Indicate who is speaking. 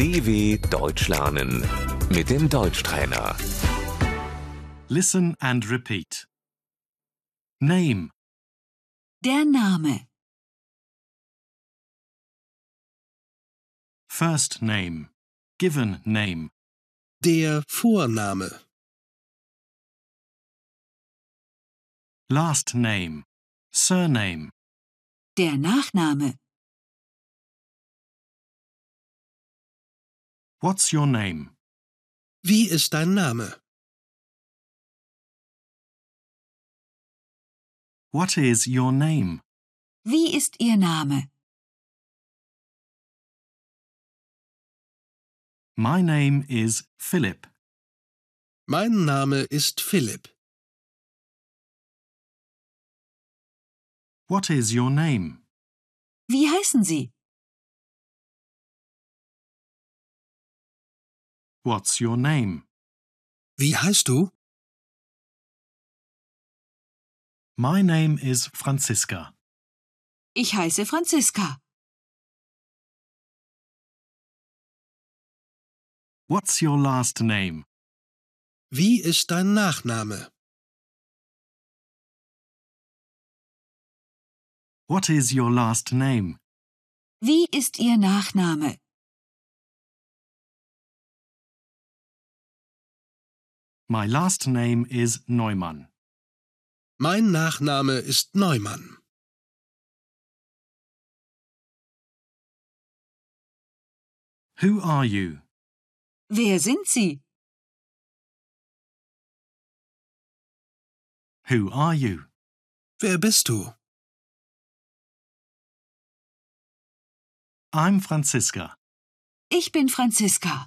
Speaker 1: DW Deutsch lernen mit dem Deutschtrainer.
Speaker 2: Listen and repeat. Name,
Speaker 3: Der Name.
Speaker 2: first name, given name,
Speaker 4: Der Vorname.
Speaker 2: last name, surname,
Speaker 3: Der Nachname.
Speaker 2: what's your name,
Speaker 4: Wie ist dein Name?
Speaker 2: what is your name,
Speaker 3: Wie ist Ihr Name?
Speaker 2: my name is Philip,
Speaker 4: Mein Name ist Philipp.
Speaker 2: what is your name,
Speaker 3: Wie heißen Sie?
Speaker 2: what's your name,
Speaker 4: Wie heißt du?
Speaker 2: my name is Franziska,
Speaker 3: Ich heiße Franziska.
Speaker 2: what's your last name,
Speaker 4: Wie ist dein Nachname?
Speaker 2: what is your last name,
Speaker 3: Wie ist Ihr Nachname?
Speaker 2: my last name is Neumann,
Speaker 4: Mein Nachname ist Neumann.
Speaker 2: who are you,
Speaker 3: Wer sind Sie?
Speaker 2: who are you,
Speaker 4: Wer bist du?
Speaker 2: I'm Franziska,
Speaker 3: Ich bin Franziska.